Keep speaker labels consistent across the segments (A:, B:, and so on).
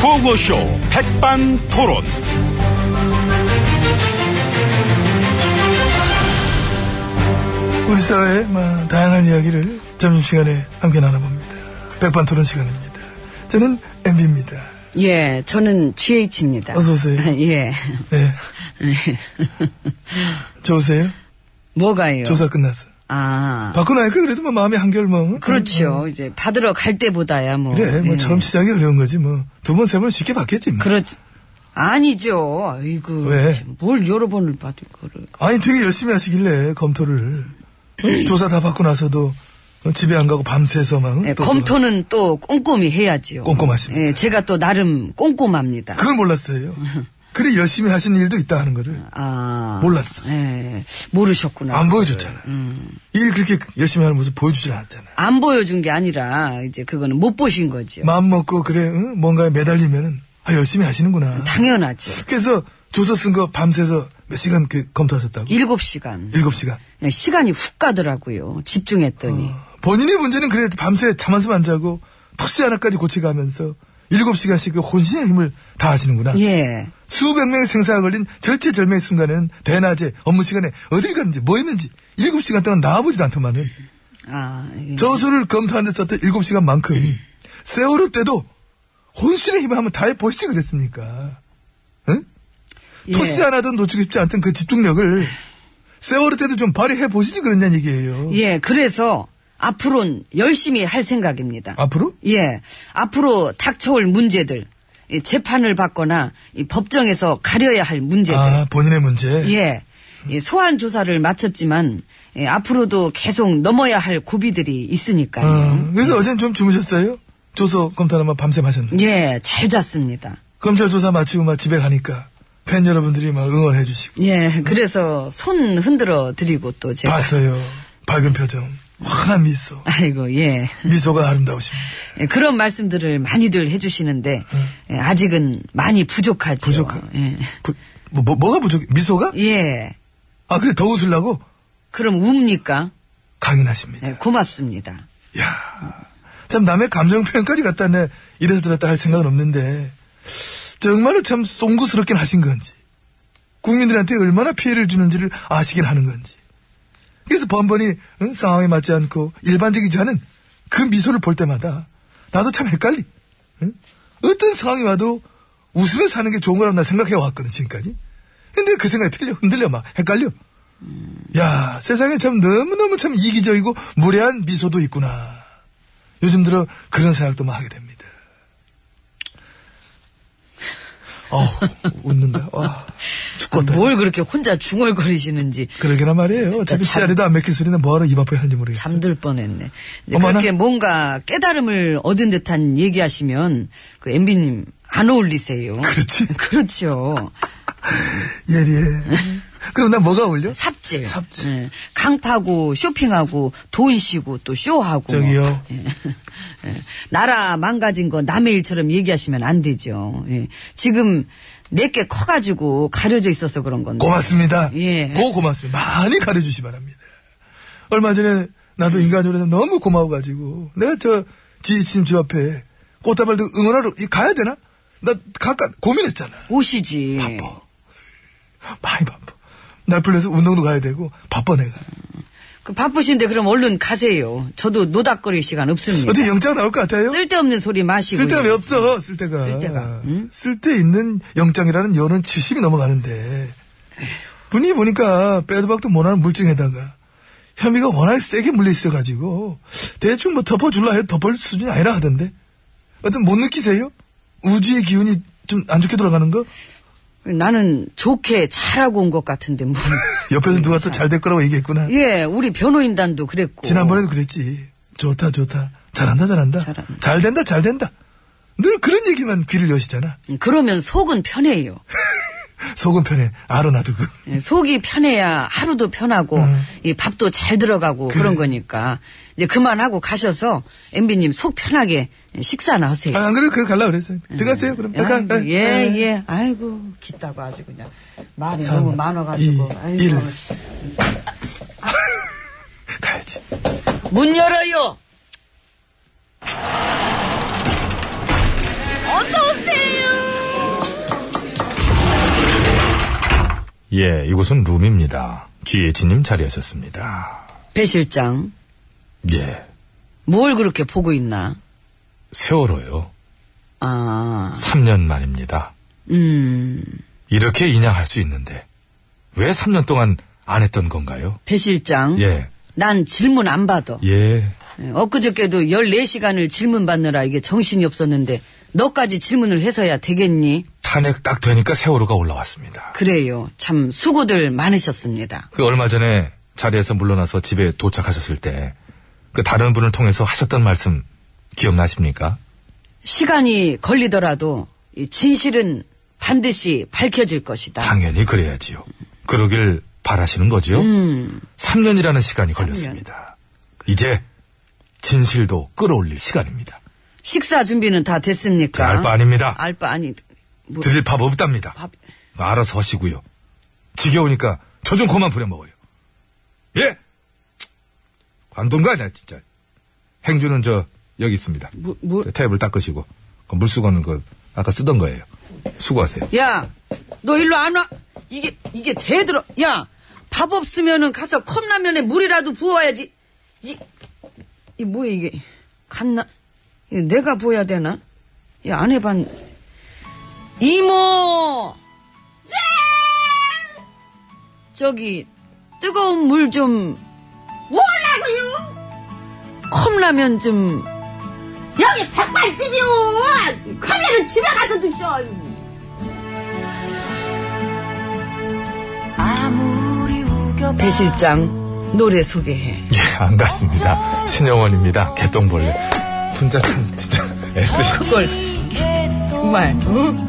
A: 구호쇼 백반토론.
B: 우리 사회의 뭐, 다양한 이야기를 점심시간에 함께 나눠봅니다. 백반 토론 시간입니다. 저는 MB입니다.
C: 예, 저는 GH입니다.
B: 어서오세요.
C: 예.
B: 네. 좋으세요?
C: 뭐가요?
B: 조사 끝났어.
C: 아.
B: 받고 나니까 그래도 뭐 마음이 한결 뭐.
C: 그렇죠. 이제 받으러 갈 때보다야 뭐.
B: 그래, 뭐
C: 예.
B: 처음 시작이 어려운 거지 뭐. 두 번, 세 번 쉽게 받겠지 뭐.
C: 그렇 아니죠. 아이고.
B: 왜?
C: 참, 뭘 여러 번을 받을 거를.
B: 아니, 되게 열심히 하시길래 검토를. 조사 다 받고 나서도 집에 안 가고 밤새서 막.
C: 예,
B: 또
C: 검토는 또 꼼꼼히 해야지요.
B: 꼼꼼하십니다.
C: 예, 제가 또 나름 꼼꼼합니다.
B: 그걸 몰랐어요. 그래 열심히 하신 일도 있다 하는 거를.
C: 아.
B: 몰랐어.
C: 예. 모르셨구나. 음,
B: 안 보여줬잖아. 일 그렇게 열심히 하는 모습 보여주질 않았잖아.
C: 안 보여준 게 아니라 이제 그거는 못 보신 거죠.
B: 마음 먹고 그래 응? 뭔가에 매달리면은 아 열심히 하시는구나.
C: 당연하죠.
B: 그래서 조서 쓴 거 밤새서 몇 시간 그 검토하셨다고?
C: 일곱 시간.
B: 일곱 시간.
C: 예, 시간이 훅 가더라고요.
B: 어.
C: 집중했더니.
B: 본인의 문제는 그래 밤새 잠 한숨 안 자고 턱시 하나까지 고쳐가면서 일곱 시간씩 그 혼신의 힘을 다 하시는구나.
C: 예.
B: 수백 명의 생사가 걸린 절체절명의 순간에는 대낮에 업무 시간에 어딜 갔는지 뭐 했는지 일곱 시간 동안 나와보지도 않더만은
C: 아, 예.
B: 저술을 검토하는 데 썼던 일곱 시간만큼
C: 음.
B: 세월호 때도 혼신의 힘을 한번 다해 보시지 그랬습니까? 응?
C: 예.
B: 토시 하나도 놓치고 싶지 않던 그 집중력을 세월호 때도 좀 발휘해 보시지 그랬냐는 얘기예요.
C: 예, 그래서 앞으로는 열심히 할 생각입니다.
B: 앞으로?
C: 예, 앞으로 닥쳐올 문제들, 이 재판을 받거나 이 법정에서 가려야 할 문제들,
B: 아 본인의 문제.
C: 예, 이 소환 조사를 마쳤지만 예, 앞으로도 계속 넘어야 할 고비들이 있으니까요.
B: 어, 그래서 어젠 좀 주무셨어요? 조서 검토하면 밤샘 하셨는데
C: 예, 잘 잤습니다.
B: 검찰 조사 마치고 막 집에 가니까 팬 여러분들이 막 응원해 주시고
C: 예, 그래서 손 흔들어 드리고 또 제가
B: 봤어요. 밝은 표정, 환한 미소,
C: 아이고 예.
B: 미소가 아름다우십니다.
C: 예, 그런 말씀들을 많이들 해주시는데 예, 아직은 많이 부족하죠.
B: 부족하-
C: 예.
B: 부- 뭐, 뭐 뭐가 부족해? 미소가?
C: 예.
B: 아 그래 더 웃으려고
C: 그럼 웁니까?
B: 강인하십니다.
C: 네, 고맙습니다.
B: 이야, 참 남의 감정 표현까지 갖다 내 이래서 들었다 할 생각은 없는데 정말로 참 송구스럽긴 하신 건지 국민들한테 얼마나 피해를 주는지를 아시긴 하는 건지 그래서 번번이 응, 상황에 맞지 않고 일반적이지 않은 그 미소를 볼 때마다 나도 참 헷갈리. 응? 어떤 상황이 와도 웃으면서 사는 게 좋은 거라고 나 생각해 왔거든 지금까지. 근데 그 생각이 틀려 흔들려 막 헷갈려. 야, 세상에 참 너무너무 참 이기적이고 무례한 미소도 있구나. 요즘 들어 그런 생각도 막 하게 됩니다. 어우, 웃는다. 와, 죽겠다.
C: 아, 뭘 그렇게 혼자 중얼거리시는지
B: 그러기나 말이에요.
C: 진짜
B: 어차피
C: 참-
B: 씨알이도 안 맥힌 소리는 뭐하러 입 앞에 하는지 모르겠어요.
C: 잠들 뻔했네. 이제
B: 어머나.
C: 그렇게 뭔가 깨달음을 얻은 듯한 얘기하시면 그 MB님 안 어울리세요.
B: 그렇지.
C: 그렇죠.
B: 예리해.
C: 음.
B: 그럼 나 뭐가 어울려?
C: 삽질.
B: 삽질.
C: 예. 강파고 쇼핑하고 돈 쉬고 또 쇼하고. 뭐.
B: 저기요.
C: 예. 나라 망가진 거 남의 일처럼 얘기하시면 안 되죠. 예. 지금 내게 커가지고 가려져 있어서 그런 건데.
B: 고맙습니다.
C: 예.
B: 고 고맙습니다. 많이 가려주시 바랍니다. 얼마 전에 나도 인간적으로 너무 고마워가지고 내가 저 지지친 집 앞에 꽃다발도 응원하러 이- 가야 되나? 나 가까 고민했잖아.
C: 오시지.
B: 바빠. 많이 바빠. 날 풀려서 운동도 가야 되고 바빠 내가.
C: 그 바쁘신데 그럼 얼른 가세요. 저도 노닥거릴 시간 없습니다.
B: 어떻게 영장 나올 것 같아요?
C: 쓸데없는 소리 마시고.
B: 쓸데가 왜 없어, 쓸데가.
C: 쓸데가, 응?
B: 쓸데있는 영장이라는 여론 70이 넘어가는데. 분이 보니까 빼도 박도 못하는 물증에다가 혐의가 워낙 세게 물려있어가지고 대충 뭐 덮어줄라 해도 덮을 수준이 아니라 하던데. 어떤 못 느끼세요? 우주의 기운이 좀 안 좋게 돌아가는 거?
C: 나는 좋게 잘하고 온 것 같은데 뭐.
B: 옆에서 누가 또 잘 될 거라고 얘기했구나.
C: 예, 우리 변호인단도 그랬고.
B: 지난번에도 그랬지. 좋다, 좋다. 잘한다, 잘한다.
C: 잘한다.
B: 잘 된다, 잘 된다. 늘 그런 얘기만 귀를 여시잖아.
C: 그러면 속은 편해요.
B: 속은 편해. 알아, 나도 그.
C: 예, 속이 편해야 하루도 편하고
B: 음.
C: 이 밥도 잘 들어가고 그런 거니까 이제 그만하고 가셔서 엠비님 속 편하게 식사나 하세요.
B: 아, 안 그래? 그래, 갈라 그랬어. 들어가세요, 그럼.
C: 예. 아이고,
B: 아, 아,
C: 예,
B: 아.
C: 예. 아이고, 기다고 아주 그냥. 말이
B: 삼,
C: 너무 많아가지고.
B: 이,
C: 아이고.
B: 일. 가야지.
C: 문 열어요!
D: 예, 이곳은 룸입니다. GH님 자리하셨습니다.
C: 배 실장,
D: 예,
C: 뭘 그렇게 보고 있나?
D: 세월호요.
C: 아,
D: 3년 만입니다.
C: 음,
D: 이렇게 인양할 수 있는데 왜 3년 동안 안 했던 건가요?
C: 배 실장.
D: 예,
C: 난 질문 안 받아.
D: 예,
C: 예, 엊그저께도 14시간을 질문 받느라 이게 정신이 없었는데, 너까지 질문을 해서야 되겠니?
D: 탄핵 딱 되니까 세월호가 올라왔습니다.
C: 그래요. 참, 수고들 많으셨습니다.
D: 그 얼마 전에 자리에서 물러나서 집에 도착하셨을 때 그 다른 분을 통해서 하셨던 말씀 기억나십니까?
C: 시간이 걸리더라도, 이 진실은 반드시 밝혀질 것이다.
D: 당연히 그래야지요. 그러길 바라시는 거지요?
C: 음,
D: 3년이라는 시간이 걸렸습니다. 이제 진실도 끌어올릴 시간입니다.
C: 식사 준비는 다 됐습니까?
D: 알 바 아닙니다.
C: 알바 아니, 뭐,
D: 드릴 밥 없답니다.
C: 밥,
D: 알아서 하시고요. 지겨우니까 저 좀 그만 부려먹어요. 예? 관둔 거 아니야, 진짜. 행주는 저, 여기 있습니다.
C: 뭐, 뭐.
D: 저 테이블 닦으시고. 그 물수건은 그, 아까 쓰던 거예요. 수고하세요.
C: 야, 너 일로 안 와. 이게, 이게 대들어. 야, 밥 없으면은 가서 컵라면에 물이라도 부어야지. 이, 이 뭐야, 이게. 갔나? 이거 내가 부어야 되나? 야, 안 해봤, 이모! 짠! 저기, 뜨거운 물 좀, 뭐라고요? 컵라면 좀,
E: 여기 백반집이오! 커면은 집에 가서 드셔!
C: 배 실장, 노래 소개해.
D: 예, 안 갔습니다. 신영원입니다. 개똥벌레. 혼자 참, 진짜, 애쓰시
C: 그걸 정말 어? 응?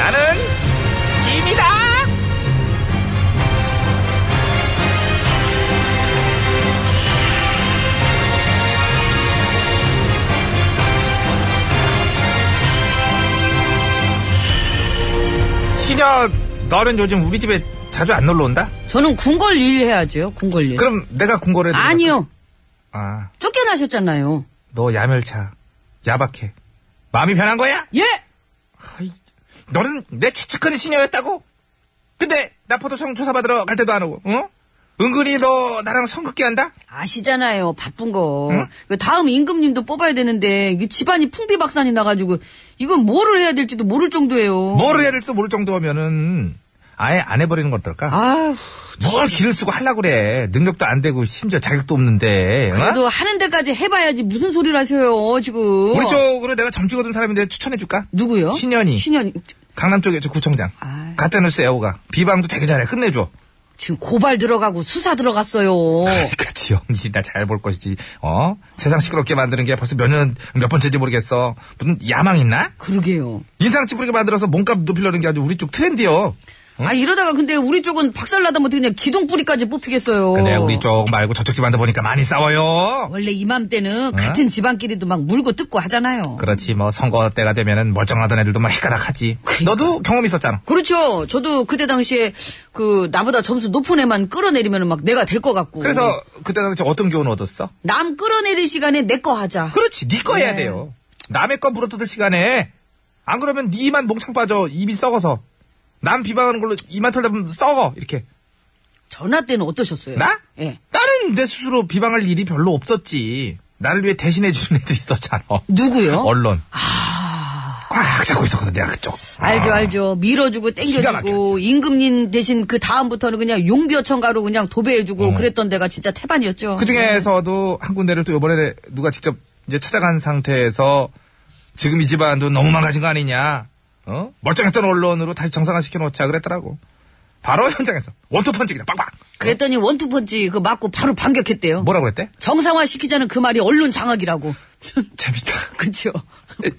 A: 나는 짐이다.
D: 신혁, 너는 요즘 우리 집에 자주 안 놀러 온다?
C: 저는 궁궐 일 해야죠 궁궐
A: 네.
C: 일
D: 그럼 내가 궁궐에 들어가-
C: 아니요
D: 아,
C: 쫓겨나셨잖아요
D: 너 야멸차. 야박해. 마음이 변한 거야?
C: 예
D: 아이, 너는 내 최측근 신녀였다고? 근데 나 포도청 조사받으러 갈 때도 안 오고, 응? 은근히 너 나랑 성극기 한다?
C: 아시잖아요. 바쁜 거.
D: 응?
C: 그 다음 임금님도 뽑아야 되는데 이게 집안이 풍비박산이 나가지고 이건 뭐를 해야 될지도 모를 정도예요.
D: 뭐를 해야 될지도 모를 정도면은 아예 안 해버리는 건 어떨까?
C: 아휴,
D: 뭘 기를 쓰고 하려고 그래. 능력도 안 되고 심지어 자격도 없는데. 어?
C: 그래도 하는 데까지 해봐야지 무슨 소리를 하셔요 지금.
D: 우리 쪽으로 내가 점 찍어둔 사람인데 추천해줄까?
C: 누구요?
D: 신현이.
C: 신현이
D: 강남 쪽에 저 구청장.
C: 아이.
D: 가짜뉴스 애호가. 비방도 되게 잘해. 끝내줘.
C: 지금 고발 들어가고 수사 들어갔어요.
D: 그러니까 지영진이나 잘 볼 것이지. 어? 세상 시끄럽게 만드는 게 벌써 몇 년, 몇 번째인지 모르겠어. 무슨 야망 있나?
C: 그러게요.
D: 인상 찌푸리게 만들어서 몸값 높이려는 게 아주 우리 쪽 트렌디요.
C: 아 이러다가 근데 우리 쪽은 박살나다면 어떻게 그냥 기둥뿌리까지 뽑히겠어요.
D: 근데 우리 쪽 말고 저쪽 집안다 보니까 많이 싸워요.
C: 원래 이맘때는 같은 집안끼리도 막 물고 뜯고 하잖아요.
D: 그렇지 뭐 선거 때가 되면은 멀쩡하던 애들도 막 헷가닥하지. 너도 경험 있었잖아.
C: 그렇죠. 저도 그때 당시에 그 나보다 점수 높은 애만 끌어내리면 막 내가 될 것 같고.
D: 그래서 그때 당시 어떤 교훈 얻었어?
C: 남 끌어내릴 시간에 내 거 하자.
D: 그렇지 네 거 해야 돼요. 남의 거 물어뜯을 시간에 안 그러면 네 입만 몽창 빠져 입이 썩어서 남 비방하는 걸로 입만 털다 보면 썩어 이렇게.
C: 전화 때는 어떠셨어요?
D: 나?
C: 예.
D: 나는 내 스스로 비방할 일이 별로 없었지. 나를 위해 대신해 주는 애들이 있었잖아.
C: 누구요?
D: 언론. 꽉 잡고 있었거든 내가 그쪽.
C: 아. 알죠, 알죠. 밀어주고
D: 아, 기가 막혔죠.
C: 땡겨주고 임금님 대신 그 다음부터는 그냥 용비어천가로 그냥 도배해주고 그랬던 데가 진짜 태반이었죠.
D: 음. 그 중에서도 한 군데를 또 이번에 누가 직접 이제 찾아간 상태에서 지금 이 집안도 너무 망가진 거 아니냐. 어? 멀쩡했던 언론으로 다시 정상화 시켜놓자 그랬더라고. 바로 현장에서 원투펀치 그냥 빵빵.
C: 그랬더니 원투펀치 그 맞고 바로 반격했대요.
D: 뭐라고 그랬대?
C: 정상화 시키자는 그 말이 언론 장악이라고.
D: 재밌다.
C: 그쵸.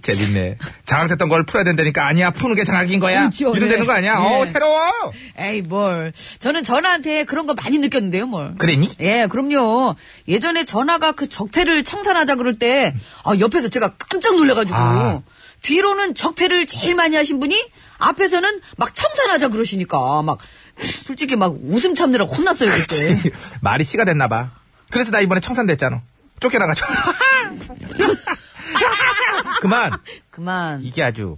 D: 재밌네. 장악됐던 걸 풀어야 된다니까 아니야 푸는 게 장악인 거야.
C: 그렇죠,
D: 이런
C: 네.
D: 되는 거 아니야.
C: 네.
D: 어 새로워.
C: 에이, 뭘. 저는 전화한테 그런 거 많이 느꼈는데요, 뭘.
D: 그랬니?
C: 예, 그럼요. 예전에 전화가 그 적폐를 청산하자 그럴 때, 아, 옆에서 제가 깜짝 놀래가지고,
D: 아.
C: 뒤로는 적폐를 제일 많이 하신 분이, 앞에서는 막 청산하자 그러시니까, 막, 솔직히 막 웃음 참느라 혼났어요, 그때.
D: 말이 씨가 됐나 봐. 그래서 나 이번에 청산됐잖아. 쫓겨나가지고. 그만.
C: 그만.
D: 이게 아주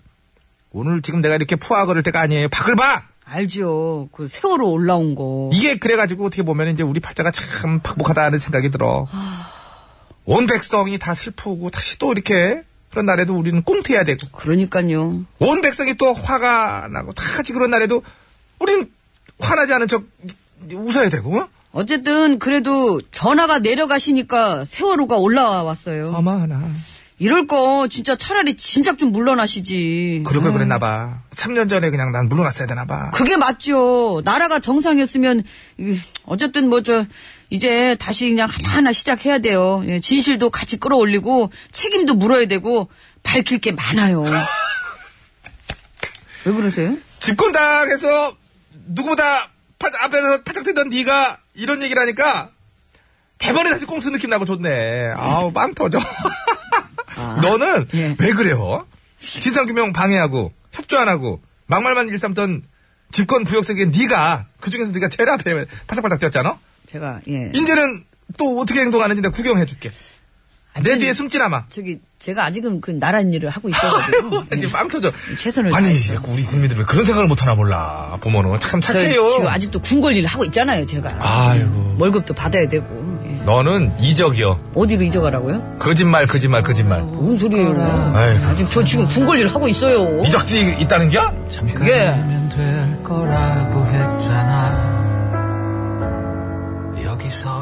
D: 오늘 지금 내가 이렇게 푸아 거릴 때가 아니에요. 밖을 봐.
C: 알죠. 그 세월호 올라온 거.
D: 이게 그래가지고 어떻게 보면 이제 우리 팔자가 참 박복하다는 생각이 들어. 온 백성이 다 슬프고 다시 또 이렇게 그런 날에도 우리는 꽁트해야 되고
C: 그러니까요.
D: 온 백성이 또 화가 나고 다 같이 그런 날에도 우린 화나지 않은 척 웃어야 되고 어?
C: 어쨌든 그래도 전화가 내려가시니까 세월호가 올라왔어요.
D: 어마나
C: 이럴 거 진짜 차라리 진작 좀 물러나시지.
D: 그런 걸 그랬나 봐. 3년 전에 그냥 난 물러났어야 되나 봐.
C: 그게 맞죠. 나라가 정상이었으면 이, 어쨌든 뭐 저 이제 다시 그냥 하나하나 시작해야 돼요. 예, 진실도 같이 끌어올리고 책임도 물어야 되고 밝힐 게 많아요. 왜 그러세요?
D: 집권당에서 누구보다 팔- 앞에서 팔짝 뛰던 네가 이런 얘기를 하니까 대번에 다시 꽁수 느낌 나고 좋네. 아우 빵 터져. 너는
C: 예.
D: 왜 그래요? 진상규명 방해하고 협조 안 하고 막말만 일삼던 집권 부역 세계 네가 그 중에서 네가 제일 앞에 팔짝팔짝 뛰었잖아.
C: 제가 예.
D: 이제는 또 어떻게 행동하는지 내가 구경해줄게. 내 뒤에 숨지나마.
C: 저기 제가 아직은 그 나라 일을 하고 있어가지고 예.
D: 이제 빵 터져.
C: 최선을
D: 아니
C: 다해서.
D: 이제 우리 국민들 왜 그런 생각을 못하나 몰라. 보면은 참
C: 저
D: 착해요.
C: 지금 아직도 궁궐 일을 하고 있잖아요, 제가.
D: 아이고.
C: 월급도 받아야 되고. 예.
D: 너는 이적이요.
C: 어디로 이적하라고요?
D: 거짓말, 거짓말, 거짓말.
C: 뭔 소리예요?
D: 아이고.
C: 아, 지금 저 지금 궁궐 일을 하고 있어요.
D: 이적지 있다는 겨?
F: 그러니까
C: 그게
F: 될 거라고 했잖아. 여기서